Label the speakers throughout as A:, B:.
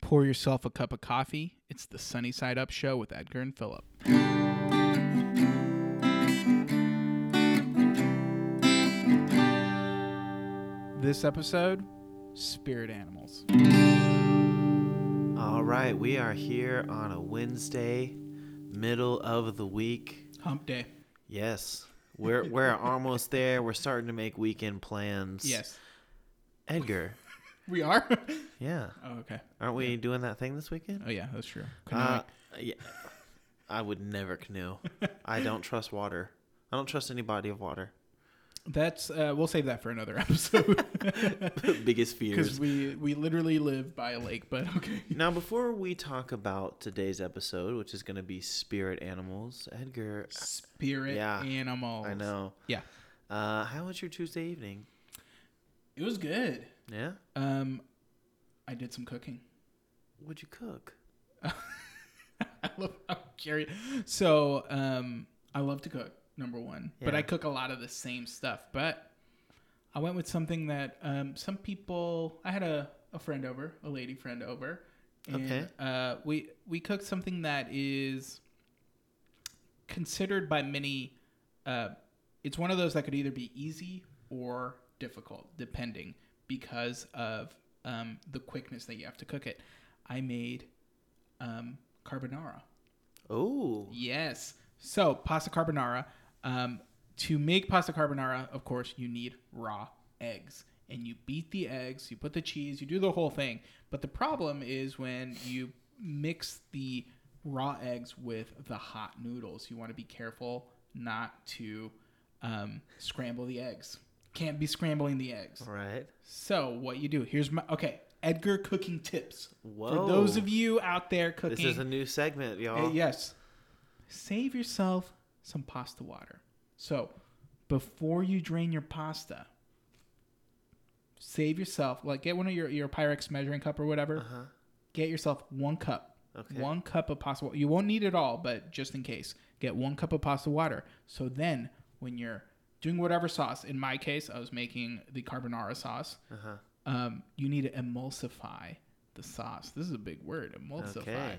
A: pour yourself a cup of coffee. It's the Sunny Side Up Show with Edgar and Philip. This episode, Spirit Animals.
B: All right, we are here on a Wednesday, middle of the week.
A: Hump Day.
B: Yes, we're we're almost there. We're starting to make weekend plans.
A: Yes.
B: Edgar.
A: We are?
B: Yeah,
A: oh, okay.
B: aren't we doing that thing this weekend?
A: Oh, yeah, that's true.
B: Uh, yeah. I would never canoe. I don't trust water. I don't trust any body of water.
A: that's, uh, we'll save that for another episode.
B: Biggest fears.
A: Because we, we literally live by a lake, but okay.
B: Now, before we talk about today's episode, which is going to be spirit animals, Edgar,
A: Spirit
B: Yeah,
A: Animals.
B: I know.
A: Yeah.
B: Uh, how was your Tuesday evening?
A: It was good.
B: Yeah.
A: Um, I did some cooking.
B: What'd you cook?
A: I love I'm curious. So, um, I love to cook, number one, but
B: Yeah.
A: I cook a lot of the same stuff. But I went with something that um, some people. I had a, a friend over, a lady friend over, and
B: Okay.
A: uh, we we cooked something that is considered by many. Uh, it's one of those that could either be easy or difficult, depending, because of um, the quickness that you have to cook it. I made um, carbonara.
B: Oh,
A: Yes. So pasta carbonara. Um, to make pasta carbonara, of course, you need raw eggs, and you beat the eggs, you put the cheese, you do the whole thing. But the problem is when you mix the raw eggs with the hot noodles. You want to be careful not to um, scramble the eggs. Can't be scrambling the eggs.
B: right.
A: So what you do? Here's my okay. Edgar cooking tips
B: Whoa.
A: for those of you out there cooking.
B: This is a new segment, y'all.
A: Uh, yes. Save yourself some pasta water. So, before you drain your pasta, save yourself, like, get one of your, your Pyrex measuring cup or whatever.
B: Uh-huh.
A: Get yourself one cup.
B: Okay.
A: One cup of pasta water. You won't need it all, but just in case, get one cup of pasta water. So then, when you're doing whatever sauce, in my case, I was making the carbonara sauce,
B: Uh-huh.
A: um, you need to emulsify the sauce. This is a big word, emulsify.
B: Okay.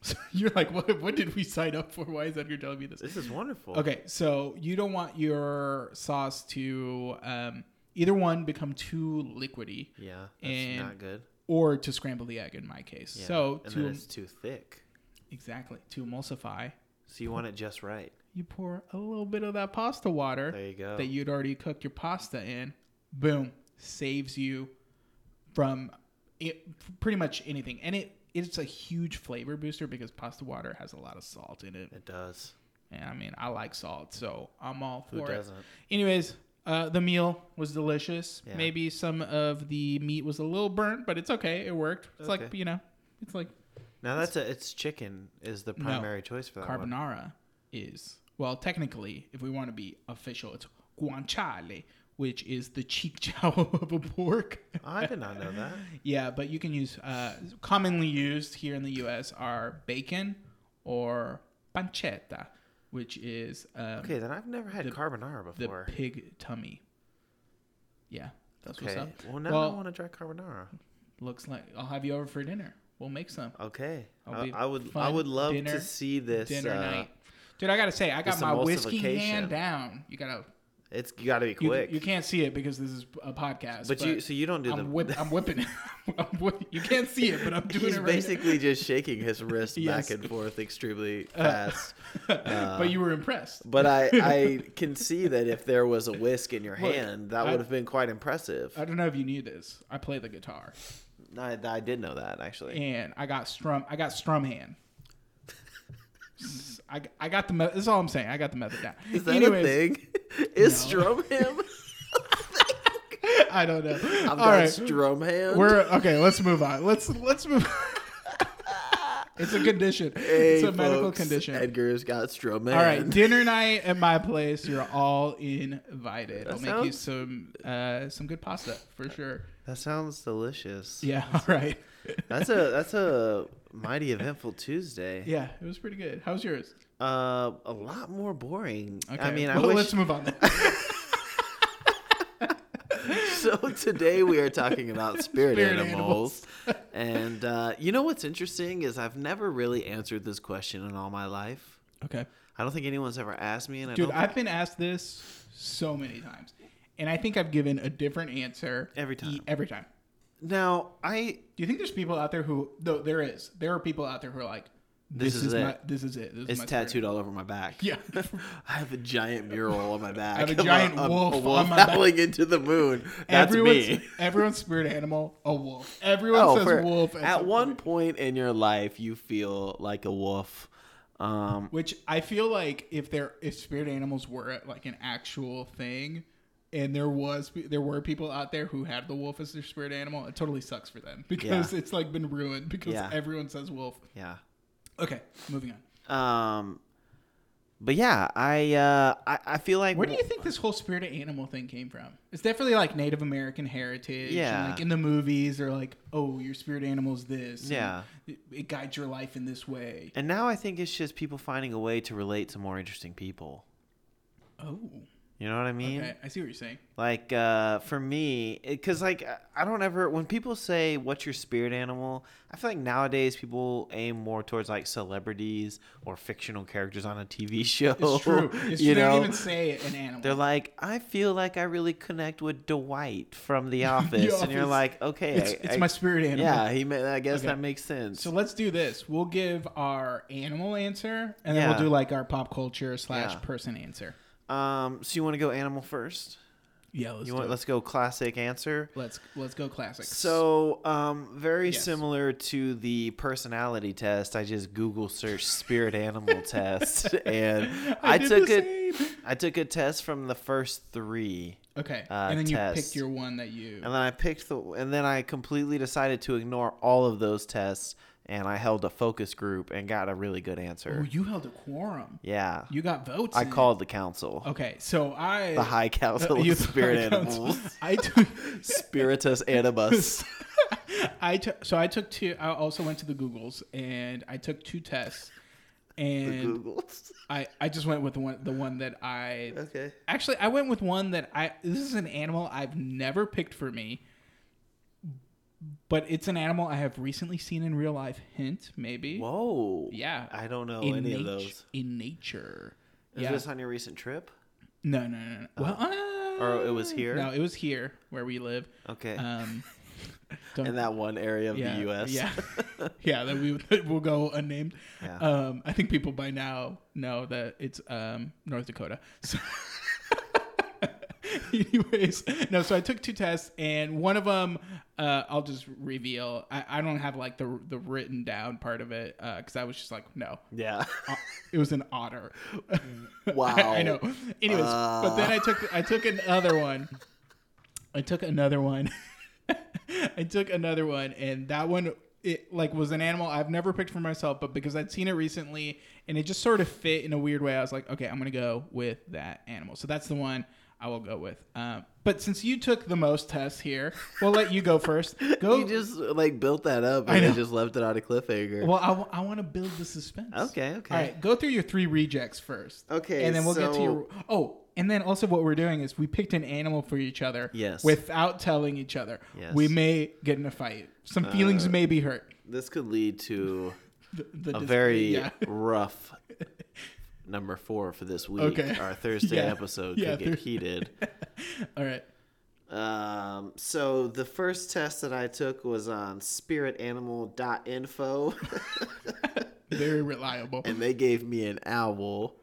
A: So you're like, what, what did we sign up for? Why is Edgar telling me this?
B: This is wonderful.
A: Okay, so you don't want your sauce to um, either one become too liquidy
B: Yeah, that's
A: And-
B: not good.
A: or to scramble the egg in my case.
B: Yeah.
A: So
B: and
A: to
B: then it's too thick.
A: exactly to emulsify,
B: So you want it just right.
A: you pour a little bit of that pasta water
B: There you go.
A: that you'd already cooked your pasta in. Boom, saves you from it, pretty much anything, and it it's a huge flavor booster because pasta water has a lot of salt in it.
B: it does.
A: And I mean, I like salt, so I'm all for
B: Who
A: it.
B: doesn't?
A: Anyways, uh, the meal was delicious.
B: Yeah.
A: Maybe some of the meat was a little burnt, but it's okay. It worked. It's like
B: Okay.
A: you know, it's like
B: Now that's a, it's chicken is the
A: No.
B: primary choice for that one.
A: carbonara is. Well, technically, if we want to be official, it's guanciale, which is the cheek jowl of a pork.
B: Oh, I did not know that.
A: yeah, but you can use uh, commonly used here in the U.S. are bacon or pancetta, which is um,
B: Okay, then I've never had
A: The-
B: carbonara
A: the
B: before.
A: pig tummy. Yeah, that's what's
B: Okay.
A: up.
B: Well, now I
A: Well-
B: want to try carbonara.
A: Looks like I'll have you over for dinner. We'll make some
B: Okay.
A: I'll
B: I,
A: be
B: I would I
A: fun
B: would love
A: dinner-
B: to see this
A: dinner
B: uh,
A: night. Dude, I gotta say, I got
B: this
A: my whiskey
B: emulsification.
A: hand down. You gotta,
B: It's got to be
A: you,
B: quick.
A: you can't see it because this is a podcast.
B: but you so you don't do the
A: I'm, whip, I'm whipping it. I'm whip, you can't see it, but I'm doing
B: He's
A: it right.
B: basically just shaking his wrist
A: Yes.
B: back and forth extremely fast. uh,
A: but you were impressed.
B: But I, I can see that if there was a whisk in your
A: Look,
B: hand, that
A: I-
B: would have been quite impressive.
A: I don't know if you knew this. I play the guitar,
B: I, I did know that actually.
A: and I got strum. I got strum hand. I, I got the method. That's all I'm saying. I got the method down.
B: Is that
A: Anyways,
B: a thing? Is
A: No.
B: strum ham?
A: I don't know.
B: I've
A: All
B: got
A: right.
B: strum ham.
A: We're okay. Let's move on. Let's let's move. it's a condition.
B: Hey,
A: it's a medical
B: folks,
A: condition.
B: Edgar's got strum ham.
A: all right, dinner night at my place. You're all invited.
B: That
A: I'll make you
B: sounds-
A: some uh, some good pasta for sure.
B: that sounds delicious.
A: Yeah. All right.
B: That's a that's a mighty eventful Tuesday.
A: yeah, it was pretty good. How's yours?
B: Uh, a lot more boring.
A: Okay.
B: I mean, I
A: well,
B: wish
A: let's move on. Then.
B: so today we are talking about spirit,
A: Spirit
B: animals. and uh, you know what's interesting is I've never really answered this question in all my life.
A: Okay.
B: I don't think anyone's ever asked me, and I
A: Dude,
B: don't
A: I've been asked this so many times. And I think I've given a different answer
B: Every
A: e-
B: time.
A: every time.
B: Now, I
A: Do you think there's people out there who though there is. There are people out there who are like this,
B: This
A: is,
B: is it.
A: my this is it. This is
B: it's
A: my spirit."
B: tattooed all over my back.
A: Yeah.
B: I have a giant mural on my back.
A: have a
B: of
A: giant wolf on my back.
B: howling into the moon. That's
A: everyone's,
B: me.
A: everyone's spirit animal, a wolf. Everyone
B: Oh,
A: says
B: for-
A: wolf at
B: At
A: some
B: one
A: point.
B: point in your life, you feel like a wolf. Um,
A: Which I feel like if there if spirit animals were like an actual thing, and there was there were people out there who had the wolf as their spirit animal, it totally sucks for them because it's like been ruined because
B: Yeah.
A: everyone says wolf.
B: yeah.
A: Okay, moving on.
B: Um, but yeah, I uh, I, I feel like
A: Where do you think this whole spirit animal thing came from? It's definitely like Native American heritage. and,
B: Yeah.
A: like in the movies, they're like, oh, your spirit animal's this. and
B: Yeah.
A: It, it guides your life in this way.
B: And now I think it's just people finding a way to relate to more interesting people.
A: Oh.
B: You know what I mean?
A: Okay, I see what you're saying.
B: Like uh, for me, because like I- I don't ever when people say what's your spirit animal, I feel like nowadays people aim more towards like celebrities or fictional characters on a TV show.
A: It's true. It's
B: Oh, you
A: true. They
B: know,
A: don't even say an animal.
B: they're like, I feel like I really connect with Dwight from The Office, and you're
A: Office.
B: like, okay,
A: it's,
B: I-
A: it's
B: I-
A: my spirit animal.
B: yeah, he. ma- I guess
A: Okay.
B: that makes sense.
A: So let's do this. We'll give our animal answer, and then
B: Yeah.
A: we'll do like our pop culture slash
B: Yeah.
A: person answer.
B: um, so you want to go animal first?
A: Yeah, let's
B: You want? Let's go classic answer.
A: let's let's go classic.
B: So, um, very
A: Yes.
B: similar to the personality test, I just Google search spirit animal test, and I,
A: did
B: took
A: the
B: a I
A: same.
B: took a test from the first three,
A: Okay,
B: uh,
A: and then you
B: test.
A: picked your one that you.
B: and then I picked the, and then I completely decided to ignore all of those tests, and I held a focus group and got a really good
A: Oh,
B: answer.
A: you held a quorum.
B: yeah,
A: You got votes.
B: I
A: in.
B: called the council,
A: Okay, so I
B: the High Council of
A: you-
B: Spirit
A: I counsel-
B: Animals,
A: I took.
B: Spiritus Animus.
A: I took. So I took two. I also went to the Googles and I took two tests, and
B: Googles.
A: I, I just went with the one the one that I
B: Okay.
A: actually I went with one that I this is an animal I've never picked for me, but it's an animal I have recently seen in real life. Hint maybe.
B: Whoa.
A: Yeah.
B: I don't know
A: in
B: any
A: nat-
B: of those.
A: in nature.
B: Is
A: yeah.
B: this on your recent trip?
A: No no no no. Well, uh,
B: Or it was here?
A: No, it was here where we live.
B: Okay.
A: Um,
B: in that one area of
A: yeah,
B: the U.S.
A: Yeah, yeah. That we that will go unnamed.
B: Yeah.
A: Um, I think people by now know that it's um, North Dakota. So Anyways, no. So I took two tests, and one of them, uh, I'll just reveal. I, I don't have like the the written down part of it because I was just like, no,
B: Yeah.
A: O- it was an otter.
B: Wow.
A: I, I know. Anyways, but then
B: Uh.
A: I took I took another one. I took another one. I took another one, and that one it like was an animal I've never picked for myself, but because I'd seen it recently and it just sort of fit in a weird way, I was like, okay, I'm gonna go with that animal. So that's the one I will go with. Um, but since you took the most tests here, we'll let you go first. Go.
B: You just like built that up
A: I
B: and
A: know.
B: then just left it on a cliffhanger.
A: well, I, w- I want to build the suspense.
B: okay. Okay.
A: All right, go through your three rejects first.
B: Okay,
A: And then we'll get to
B: so-
A: your. Oh, and then also what we're doing is we picked an animal for each other.
B: Yes.
A: Without telling each other.
B: Yes.
A: We may get in a fight. Some feelings may be hurt.
B: This could lead to
A: The, the
B: a
A: dis-
B: very
A: yeah.
B: rough number four for this week.
A: Okay.
B: Our Thursday
A: Yeah.
B: episode
A: Yeah,
B: could get
A: Thurs-
B: heated.
A: All right.
B: Um, so the first test that I took was on spiritanimal.info.
A: Very reliable.
B: and they gave me an owl,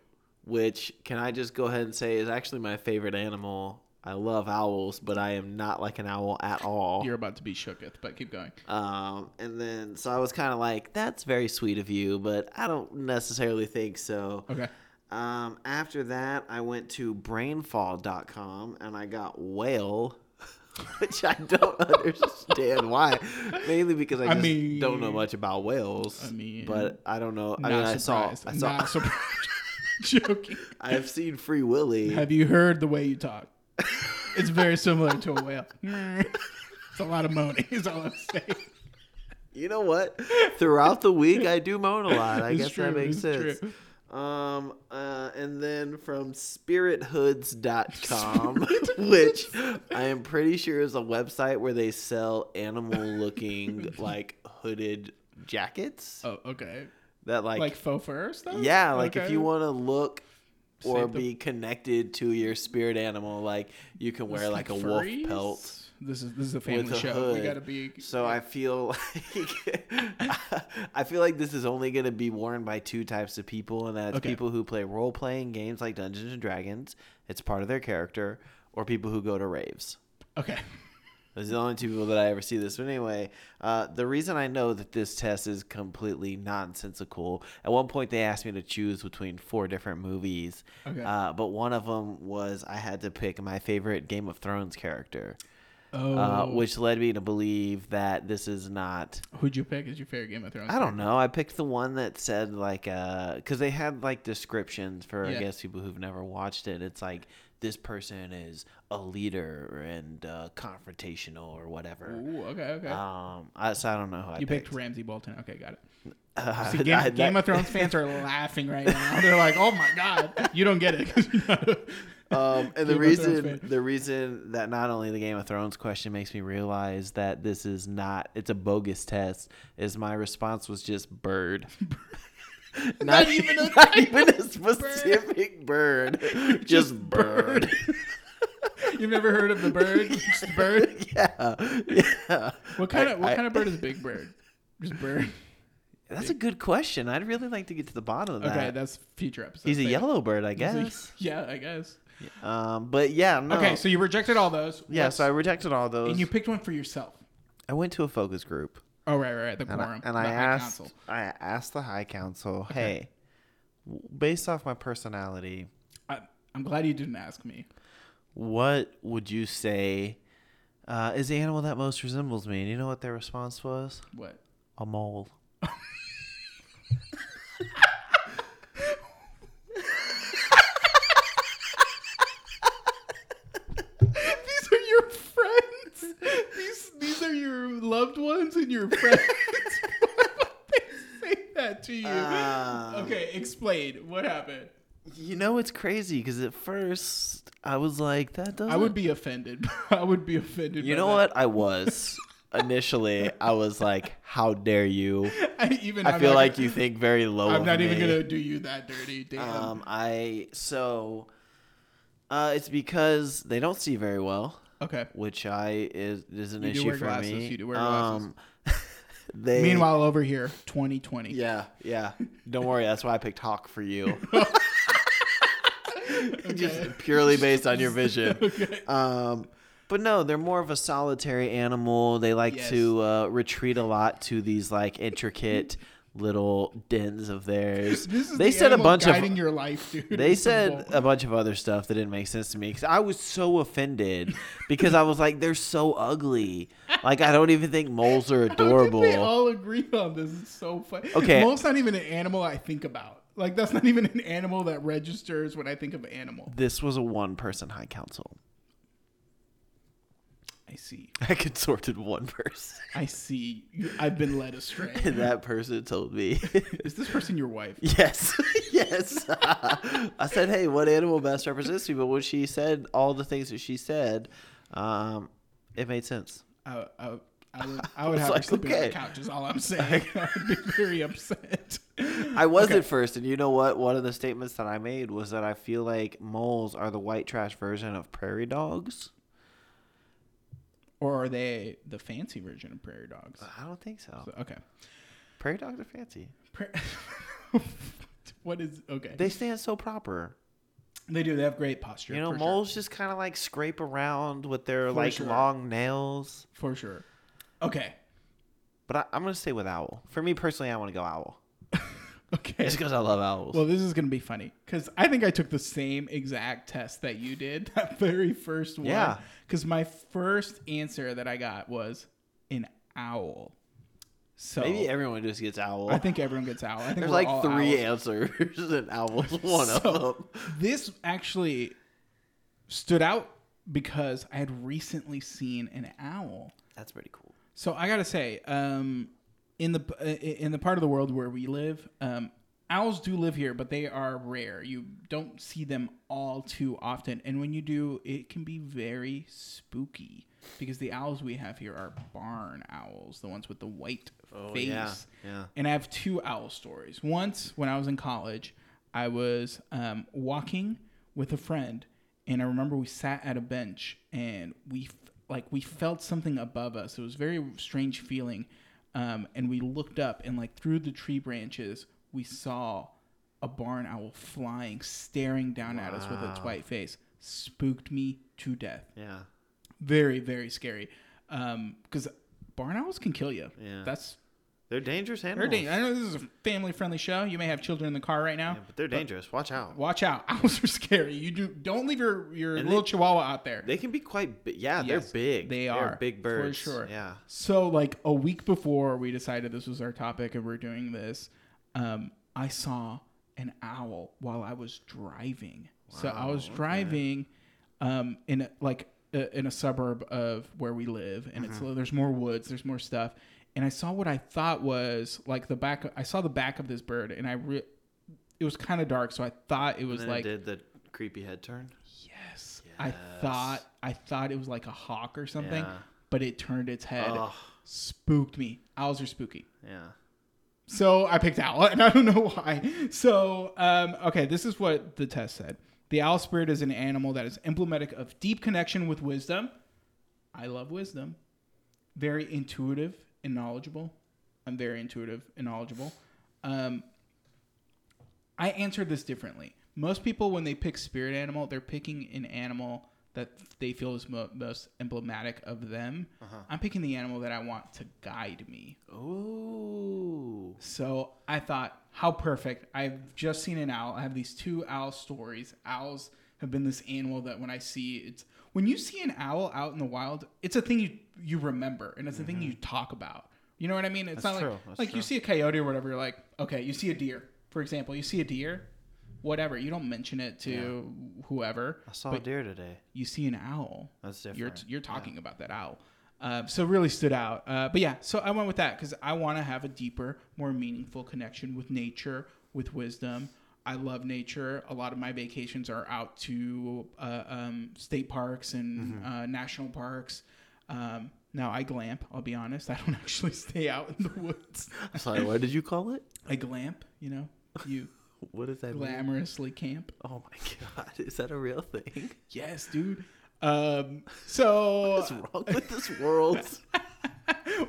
B: which can I just go ahead and say is actually my favorite animal. I love owls, but I am not like an owl at all.
A: You're about to be shooketh, but keep going.
B: Um, and then so I was kind of like, that's very sweet of you, but I don't necessarily think so.
A: Okay.
B: Um, after that, I went to brainfall.com and I got whale, which I don't understand why. Mainly because I
A: I
B: just
A: mean-
B: don't know much about whales.
A: I mean,
B: but I don't know. I
A: Not
B: mean, I saw,
A: surprised.
B: I saw,
A: Not surprised. Joking.
B: I've seen Free Willy.
A: Have you heard the way you talk? It's very similar to a whale. It's a lot of moaning. Is all I'm saying.
B: You know what? Throughout the week, I do moan a lot. I
A: It's
B: guess
A: true,
B: that makes
A: it's
B: sense.
A: true.
B: Um, uh, and then from spirithoods.com, which I am pretty sure is a website where they sell animal looking, like, hooded jackets
A: Oh, okay.
B: that, like,
A: Like, faux fur stuff.
B: yeah, like, if
A: Okay.
B: you want to look or
A: Save the-
B: be connected to your spirit animal, like, you can
A: It's
B: wear, like, a wolf
A: furries?
B: pelt.
A: This is this is a family
B: a
A: show. We
B: hood.
A: gotta be.
B: So I feel like I feel like this is only going to be worn by two types of people, and that's
A: Okay.
B: people who play role playing games like Dungeons and Dragons. It's part of their character, or people who go to raves.
A: okay.
B: Those are the only two people that I ever see this. But anyway, uh, the reason I know that this test is completely nonsensical. At one point, they asked me to choose between four different movies,
A: Okay.
B: uh, but one of them was I had to pick my favorite Game of Thrones character
A: Oh,
B: uh, which led me to believe that this is not.
A: who'd you pick as your favorite Game of Thrones?
B: I don't know. I picked the one that said like, uh, because they had like descriptions for
A: Yeah.
B: I guess people who've never watched it. It's like this person is a leader and uh, confrontational or whatever.
A: Ooh, okay, okay.
B: Um, I, so I don't know who I
A: you picked,
B: picked.
A: Ramsey Bolton. Okay, got it.
B: Uh,
A: See, Game,
B: I-
A: Game
B: that-
A: of Thrones fans are laughing right now. They're like, "Oh my god, you don't get it."
B: Um, and
A: Game of
B: the
A: Thrones
B: reason
A: fan.
B: the reason that not only the Game of Thrones question makes me realize that this is not it's a bogus test is my response was just bird. not,
A: Not even a
B: not
A: type
B: even a specific bird, just, bird.
A: You've never heard of the bird? It's the bird.
B: yeah, yeah.
A: What kind
B: I-
A: of what
B: I-
A: kind of bird is a big bird? Just bird.
B: That's a good question. I'd really like to get to the bottom of
A: Okay,
B: that.
A: that's future episode.
B: He's a
A: Thank-
B: yellow bird,
A: He's
B: I
A: a-
B: guess.
A: yeah, I guess.
B: Um, but yeah, no.
A: Okay, so you rejected all those.
B: yeah,
A: Let's-
B: so I rejected all those.
A: and you picked one for yourself.
B: I went to a focus group.
A: Oh right, right, right. The
B: and
A: quorum.
B: I, and
A: the
B: I
A: High
B: asked,
A: Council.
B: I asked the High Council, hey, w- based off my personality,
A: I, I'm glad you didn't ask me.
B: what would you say uh, is the animal that most resembles me? And you know what their response was?
A: What?
B: A mole.
A: these are your friends. These these are your loved ones and your friends. Why would they say that to you?
B: Um,
A: okay, explain what happened.
B: You know it's crazy because at first I was like, that doesn't.
A: I would be offended. I would be offended.
B: You
A: by
B: know
A: that.
B: what? I was. Initially, I was like, "How dare you?"
A: I even
B: I
A: I'm
B: feel
A: not-
B: like you think very low.
A: I'm
B: of
A: not even
B: me.
A: gonna do you that dirty. Damn.
B: Um, I so uh, it's because they don't see very well,
A: okay.
B: which I is is an
A: You do
B: issue
A: wear
B: for
A: glasses,
B: me.
A: you do wear glasses.
B: Um, they
A: Meanwhile, over here, 2020.
B: yeah, yeah. Don't worry, that's why I picked Hawk for you,
A: Okay.
B: just purely based on your vision.
A: Okay.
B: Um, but no, they're more of a solitary animal. They like
A: Yes.
B: to uh, retreat a lot to these like intricate little dens of theirs.
A: This is
B: they
A: the
B: said a
A: animal
B: bunch of
A: guiding your life, dude.
B: They
A: It's a
B: said
A: bull.
B: a bunch of other stuff that didn't make sense to me because I was so offended because I was like, they're so ugly. Like, I don't even think moles
A: How
B: are
A: did they
B: adorable.
A: all agree on this? It's so funny.
B: Okay.
A: Mole's not even an animal I think about. Like that's not even an animal that registers when I think of animal.
B: This was a one person high council.
A: I see.
B: I consorted one person.
A: I see. You- I've been led astray.
B: And that person told me,
A: Is this person your wife?
B: yes, yes. I said, hey, what animal best represents me? But when she said all the things that she said, um, it made sense.
A: I, I, I would, I would
B: was
A: have her
B: like,
A: sleeping on
B: okay.
A: the couch. Is all I'm saying. I would be very upset.
B: I was at first, and you know what? One of the statements that I made was that I feel like moles are the white trash version of prairie dogs.
A: Or are they the fancy version of prairie dogs?
B: I don't think so.
A: So, okay.
B: Prairie dogs are fancy.
A: Pra- what is okay? They,
B: They stand so proper.
A: do. They have great posture.
B: you know,
A: for
B: moles just kind of like scrape around with their like
A: sure.
B: long nails.
A: sure, for sure. Okay.
B: But I, I'm gonna stay with owl. For me personally, I want to go owl.
A: Okay.
B: It's because I love owls.
A: Well, this is going to be funny because I think I took the same exact test that you did, that very first one.
B: Yeah.
A: Because my first answer that I got was an owl. So
B: Maybe everyone just gets owl.
A: I think everyone gets owl. I think
B: There's
A: we're
B: like
A: all
B: three
A: owls.
B: answers, and owl's one
A: So-
B: of them.
A: This actually stood out because I had recently seen an owl.
B: That's pretty cool.
A: So I gotta say, um, in the uh, in the part of the world where we live, um, owls do live here, but they are rare. You don't see them all too often. And when you do, it can be very spooky because the owls we have here are barn owls, the ones with the white face.
B: Oh, yeah, yeah.
A: And I have two owl stories. Once, when I was in college, I was um, walking with a friend, and I remember we sat at a bench and we f- like we felt something above us. It was a very strange feeling, um, and we looked up and like through the tree branches we saw a barn owl flying, staring down at us with its white face. Spooked me to death
B: Yeah.
A: very very scary um because barn owls can kill you
B: Yeah.
A: that's
B: They're dangerous
A: very
B: animals.
A: dang- i know this is a family friendly show you may have children in the car right now
B: Yeah, but they're dangerous. Watch out.
A: watch out owls are scary you do don't leave your your
B: And
A: little
B: they-
A: chihuahua out there
B: They can be quite big. Yeah,
A: Yes,
B: they're big.
A: they
B: They're
A: are, for
B: big birds.
A: sure.
B: Yeah.
A: so like a week before we decided this was our topic and we're doing this um i saw an owl while i was driving so i
B: Wow,
A: was
B: okay.
A: driving um in a, like uh, in a suburb of where we live and
B: Uh-huh.
A: it's there's more woods there's more stuff and i saw what i thought was like the back i saw the back of this bird and i re- it was kind of dark so i thought it was
B: And then
A: like
B: it did the creepy head turn.
A: yes, i thought i thought it was like a hawk or something
B: Yeah.
A: but it turned its head
B: Ugh.
A: spooked me owls are spooky
B: Yeah.
A: so I picked owl, and I don't know why. So, um, okay, this is what the test said. The owl spirit is an animal that is emblematic of deep connection with wisdom. I love wisdom. Very intuitive and knowledgeable. I'm very intuitive and knowledgeable. Um, I answered this differently. Most people, when they pick spirit animal, they're picking an animal that they feel is mo- most emblematic of them. I'm picking the animal that I want to guide me.
B: Oh.
A: So I thought, how perfect. I've just seen an owl. I have these two owl stories. Owls have been this animal that when I see it's when you see an owl out in the wild, it's a thing you you remember and it's a thing you talk about. You know what I mean? It's
B: Mm-hmm.
A: not
B: That's true.
A: like
B: That's
A: like
B: true.
A: you see a coyote or whatever, you're like, okay, you see a deer, for example, you see a deer, whatever. You don't mention it to whoever.
B: I saw a
A: but
B: deer today.
A: you see an owl.
B: That's
A: You're,
B: different.
A: you're talking about that owl. Uh, so it really stood out. Uh, but yeah, so I went with that because I want to have a deeper, more meaningful connection with nature, with wisdom. I love nature. A lot of my vacations are out to uh, um, state parks and
B: Mm-hmm.
A: uh, national parks. Um, now I glamp. I'll be honest. I don't actually stay out in the woods.
B: I'm sorry, what did you call it?
A: I glamp. You know, you
B: What does that mean?
A: glamorously camp.
B: Oh my god, is that a real thing?
A: Yes, dude. Um, so
B: What's wrong with this world?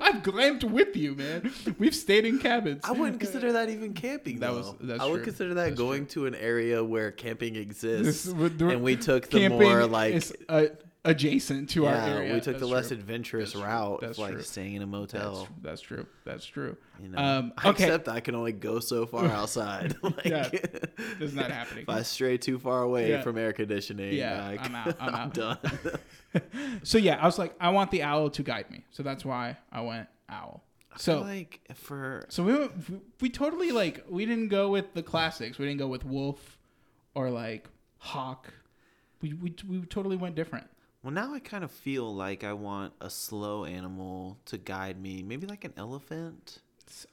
A: I've glamped with you, man. We've stayed in cabins.
B: I wouldn't consider that even camping.
A: That
B: That
A: was-
B: was
A: that's
B: I would
A: true.
B: consider that
A: That's
B: going to an area where camping exists,
A: This- we're- we're-
B: and we took the more like
A: is, uh, adjacent to our
B: yeah,
A: area.
B: we took the
A: That's
B: less
A: true.
B: adventurous
A: That's true.
B: route,
A: That's
B: like
A: true.
B: staying in a
A: That's,
B: motel.
A: that's true. That's true.
B: You know,
A: um,
B: I
A: okay.
B: accept I can only go so far outside. like,
A: Yeah, this is not happening.
B: If I stray too far away
A: Yeah.
B: from air conditioning,
A: Yeah,
B: like,
A: I'm out, I'm out.
B: done.
A: so yeah, I was like, I want the owl to guide me. So that's why I went owl. So
B: like for
A: so we went, we totally like we didn't go with the classics. We didn't go with wolf or like hawk. We we we totally went different.
B: Well, now I kind of feel like I want a slow animal to guide me. Maybe like an elephant,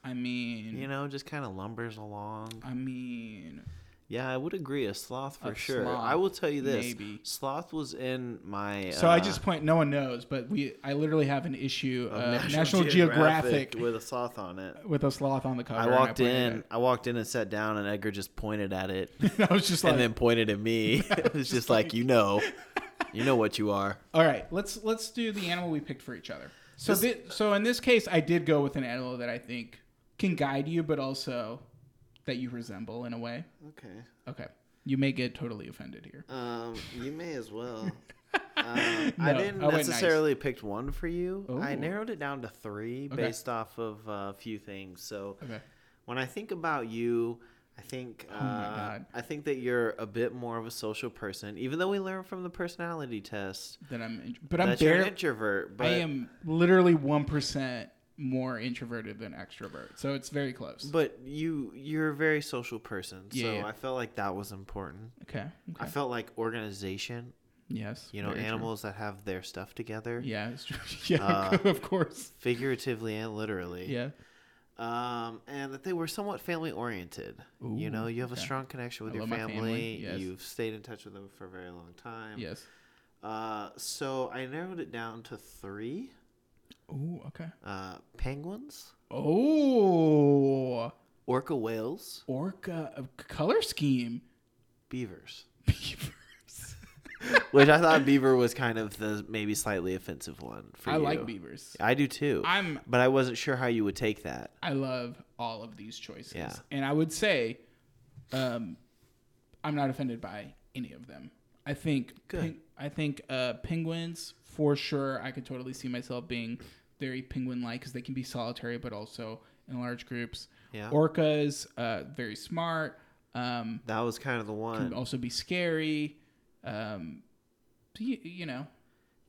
A: I mean,
B: you know, just kind of lumbers along.
A: I mean,
B: Yeah, I would agree. A sloth for
A: Uh, A
B: sure.
A: sloth,
B: I will tell you this.
A: maybe.
B: Sloth was in my.
A: So I
B: uh,
A: just point. No one knows, but we. I literally have an issue
B: of
A: of National, Geographic,
B: with a sloth on it.
A: with a sloth on the cover.
B: I
A: and
B: walked
A: pointed
B: in. I walked in and sat down, and Edgar just pointed at it,
A: at it. I was just like,
B: and then pointed at me. it was just like, you know, you know what you are.
A: "All right, let's let's do the animal we picked for each other." So
B: This-
A: thi- so in this case, I did go with an animal that I think can guide you, but also that you resemble in a way.
B: Okay.
A: Okay, you may get totally offended here.
B: Um, you may as well. Um,
A: I
B: I
A: No, didn't I went
B: didn't
A: nice.
B: necessarily
A: necessarily
B: pick one for you.
A: Ooh.
B: I narrowed it down to three
A: Okay.
B: based off of uh, a few things. So
A: Okay, Oh
B: when I think about you, I think uh,
A: my God.
B: I think that you're a bit more of a social person, even though we learned from the personality test
A: then I'm, in- but I'm
B: that you're an
A: bare.
B: introvert. But
A: I am literally one percent more introverted than extrovert, so it's very close.
B: but you you're a very social person, so
A: Yeah, yeah.
B: I felt like that was important.
A: Okay.
B: I
A: okay.
B: felt like organization,
A: Yes.
B: you know,
A: very true.
B: animals that have their stuff together,
A: Yeah, it's true. yeah,
B: Uh,
A: of course.
B: figuratively and literally.
A: Yeah,
B: um, and that they were somewhat family oriented. You
A: Ooh,
B: know, you have a
A: okay.
B: strong connection with
A: I
B: your
A: love my
B: family.
A: family, yes.
B: You've stayed in touch with them for a very long time.
A: Yes.
B: Uh, so I narrowed it down to three
A: Oh, okay.
B: uh, penguins,
A: Oh,
B: orca whales,
A: orca uh, color scheme.
B: beavers.
A: Beavers.
B: Which I thought beaver was kind of the maybe slightly offensive one for
A: I
B: you.
A: like beavers.
B: I do too.
A: I'm
B: but I wasn't sure how you would take that.
A: I love all of these choices.
B: Yeah.
A: And I would say um, I'm not offended by any of them. I think
B: Good.
A: pen- I think uh, penguins for sure. I could totally see myself being very penguin-like because they can be solitary, but also in large groups.
B: Yeah.
A: Orcas, uh, very smart. Um,
B: That was kind of the
A: can
B: one.
A: also be scary. Um, you, you know,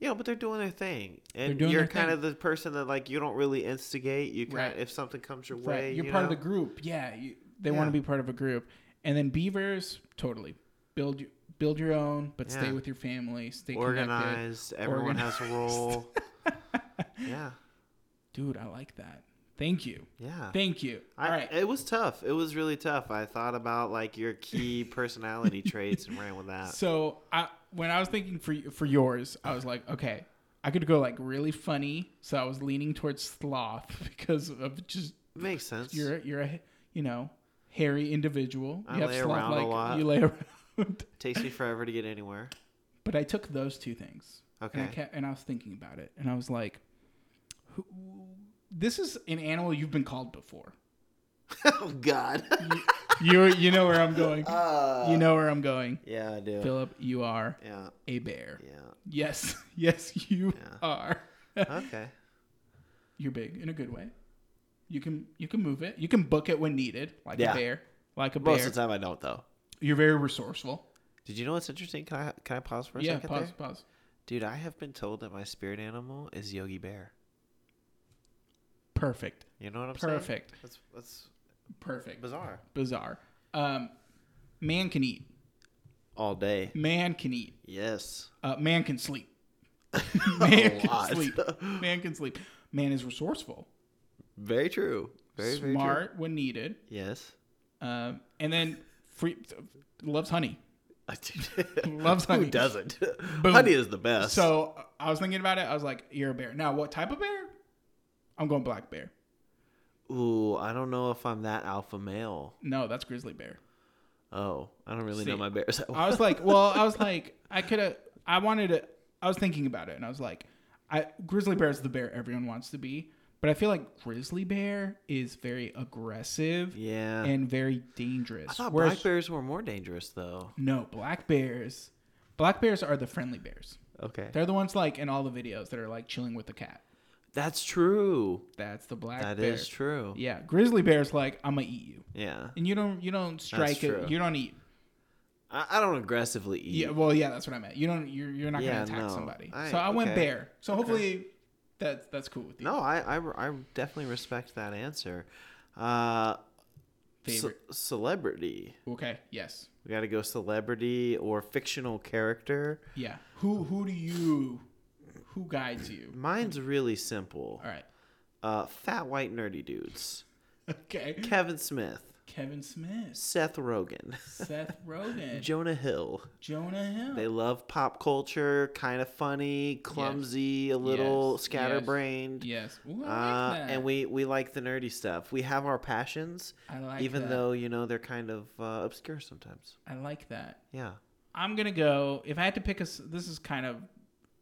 B: Yeah, but they're doing their thing, and
A: doing
B: you're
A: their
B: kind
A: thing.
B: of the person that like you don't really instigate. You kind
A: Right.
B: if something comes your
A: Right,
B: way,
A: you're
B: you
A: part of
B: know?
A: the group. Yeah, you, they want
B: Yeah.
A: to be part of a group. And then beavers, totally build y- build your own, but stay
B: Yeah.
A: with your family, stay connected.
B: organized. Everyone has a
A: Organized.
B: role. yeah,
A: Dude, I like that. Thank you,
B: yeah.
A: thank you.
B: I,
A: All right,
B: It was tough. It was really tough. I thought about like your key personality traits and ran with that.
A: so I when I was thinking for y- for yours, I was like, okay, I could go like really funny. So I was leaning towards sloth because of just
B: Makes sense.
A: you're you're a you know hairy individual.
B: I
A: you
B: lay around a
A: sloth-like-
B: lot.
A: You lay around.
B: Takes me forever to get anywhere.
A: But I took those two things. And I,
B: Okay.
A: kept, and I was thinking about it, and I was like, who, "This is an animal you've been called before.
B: oh God.
A: You you know where I'm going.
B: Uh,
A: You know where I'm going,
B: Yeah, I do.
A: Philip. You are
B: Yeah,
A: a bear.
B: yeah.
A: Yes, yes, you
B: Yeah.
A: are.
B: Okay.
A: You're big in a good way. You can you can move it. You can book it when needed, like
B: Yeah.
A: a bear, like a
B: Most
A: bear.
B: of the time, I don't though.
A: You're very resourceful.
B: Did you know what's interesting? Can I can I pause for a
A: Yeah,
B: second?
A: pause,
B: there?
A: pause.
B: Dude, I have been told that my spirit animal is Yogi Bear.
A: Perfect,
B: You know what I'm saying?
A: perfect,
B: Perfect. That's
A: perfect.
B: bizarre.
A: Bizarre. Um, man can eat.
B: All day.
A: Man can eat.
B: Yes.
A: Uh, man can sleep.
B: A
A: Man
B: lot.
A: can sleep. Man can sleep. Man is resourceful,
B: Very true. Very very true.
A: smart when needed,
B: Yes.
A: um, and then free loves honey. Loves
B: Loves Who
A: honey.
B: doesn't? Honey is the best.
A: So uh, I was thinking about it. I was like, "You're a bear." Now, what type of bear? I'm going black bear.
B: Ooh, I don't know if I'm that alpha male.
A: No, that's grizzly bear.
B: Oh, I don't really know
A: See,
B: my bears. That
A: I was like, well, I was like, I could have. I wanted to. I was thinking about it, and I was like, I grizzly bear is the bear everyone wants to be, but I feel like grizzly bear is very aggressive
B: yeah.
A: and very dangerous.
B: I thought
A: whereas-
B: black bears were more dangerous though.
A: No, black bears. Black bears are the friendly bears.
B: Okay.
A: They're the ones like in all the videos that are like chilling with the cat.
B: That's true.
A: That's the black
B: That is
A: bear.
B: true.
A: Yeah, grizzly bears like I'm gonna eat you,
B: Yeah.
A: and you don't you don't strike
B: true.
A: it. You don't eat.
B: I, I don't aggressively eat.
A: Yeah, well, yeah, that's what I meant. You don't you're, you're not
B: Yeah,
A: gonna attack
B: no.
A: somebody.
B: I-
A: so I went
B: okay.
A: bear. So hopefully that's that's cool with you.
B: No, I, I, I definitely respect that answer. Uh, ce-
A: Favorite.
B: celebrity.
A: okay. Yes.
B: We got to go celebrity or fictional character.
A: Yeah. Who who do you who guides you?
B: Mine's really simple.
A: All right.
B: Uh, fat white nerdy dudes.
A: Okay.
B: Kevin Smith,
A: Kevin Smith,
B: Seth Rogen,
A: Seth Rogen,
B: Jonah Hill.
A: Jonah Hill.
B: They love pop culture, kind of funny, clumsy, a little
A: Yes. Yes.
B: scatterbrained.
A: Yes. Ooh, I
B: Uh,
A: like that.
B: and we, we like the nerdy stuff. We have our passions,
A: I like
B: even
A: that.
B: though, you know, they're kind of uh, obscure sometimes.
A: I like that.
B: Yeah.
A: I'm gonna go. If I had to pick a, s- this is kind of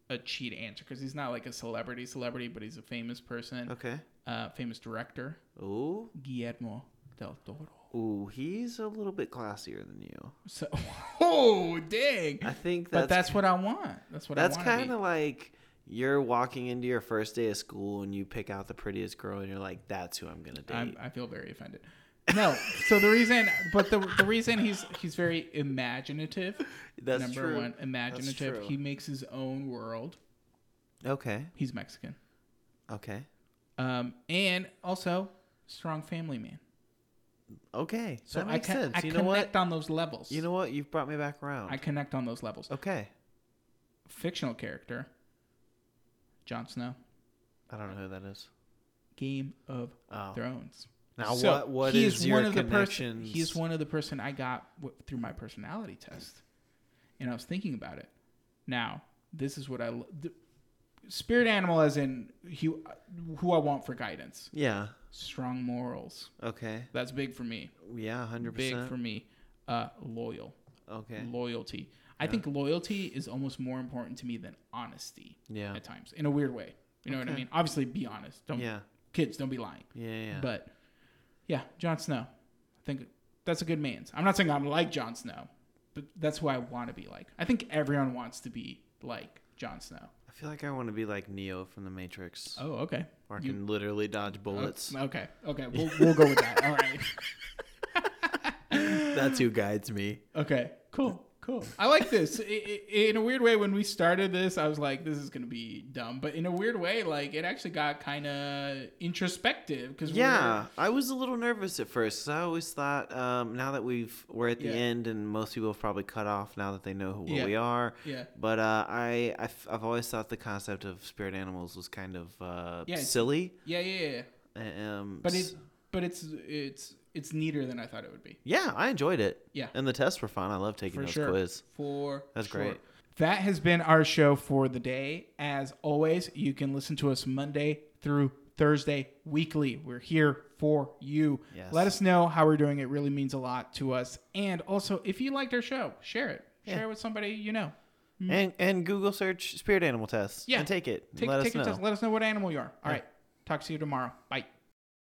A: a cheat answer because he's not like a celebrity celebrity, but he's a famous person,
B: Okay.
A: uh, famous director
B: Ooh.
A: Guillermo del Toro.
B: Ooh, he's a little bit classier than you.
A: So, oh dang!
B: I think that's
A: but that's what I want. That's what
B: that's
A: I want.
B: kind of like you're walking into your first day of school and you pick out the prettiest girl and you're like, "That's who I'm gonna date."
A: I'm, I feel very offended. No, so the reason, but the the reason he's he's very imaginative.
B: that's
A: number
B: true.
A: one, imaginative.
B: true.
A: He makes his own world.
B: Okay.
A: He's Mexican.
B: Okay.
A: Um, and also strong family man.
B: Okay.
A: So
B: that
A: I,
B: makes
A: con-
B: sense.
A: I
B: you know
A: connect
B: what?
A: on those levels.
B: You know what? Oh. You've brought me back around.
A: I connect on those levels.
B: okay.
A: Fictional character, Jon Snow,
B: I don't know who that is.
A: Game of
B: Oh.
A: Thrones.
B: Now,
A: So
B: what what
A: he
B: is,
A: is
B: your
A: one of the person.
B: connections?
A: He is one of the person I got w- through my personality test, and I was thinking about it. Now, this is what I l- the, spirit animal, as in who who I want for guidance.
B: Yeah.
A: Strong morals.
B: Okay.
A: That's big for me.
B: Yeah. Hundred
A: Big
B: percent.
A: for me. Uh, loyal.
B: Okay.
A: Loyalty. I think loyalty is almost more important to me than honesty
B: Yeah.
A: at times, in a weird way. You know what I
B: Okay.
A: mean? Obviously, be honest. Don't
B: Yeah.
A: kids, don't be lying.
B: Yeah. Yeah.
A: But yeah, Jon Snow. I think that's a good man's. I'm not saying I'm like Jon Snow, but that's who I want to be like. I think everyone wants to be like Jon Snow.
B: I feel like I want to be like Neo from the Matrix,
A: Oh, okay.
B: where I
A: you- Oh,
B: can literally dodge bullets.
A: Okay. Okay. We'll, we'll go with that. All right.
B: That's who guides me.
A: Okay. Cool. Cool. I like this. I- I- In a weird way, when we started this, I was like, this is going to be dumb. But in a weird way, like, it actually got kind of introspective because
B: Yeah, I was a little nervous at first. 'cause I always thought, um, now that we've we're at the
A: Yeah.
B: end, and most people have probably cut off now that they know who what
A: Yeah.
B: we are.
A: Yeah.
B: But uh, I I've, I've always thought the concept of spirit animals was kind of uh,
A: Yeah, it's-
B: silly.
A: Yeah. Yeah. Yeah.
B: Um,
A: But
B: s-
A: it, but it's it's it's neater than I thought it would be.
B: yeah, I enjoyed it.
A: Yeah.
B: and the tests were fun. I love taking
A: For
B: those
A: sure.
B: quiz.
A: For
B: That's
A: sure.
B: great.
A: That has been our show for the day. As always, you can listen to us Monday through Thursday weekly. We're here for you.
B: Yes.
A: Let us know how we're doing. It really means a lot to us. And also, if you liked our show, share it. Share it with somebody you know.
B: And and Google search spirit animal tests.
A: Hmm. Yeah.
B: and take it.
A: Take,
B: Let
A: take
B: us
A: a
B: know.
A: test. Let us know what animal you are. All right. Talk to you tomorrow. Bye.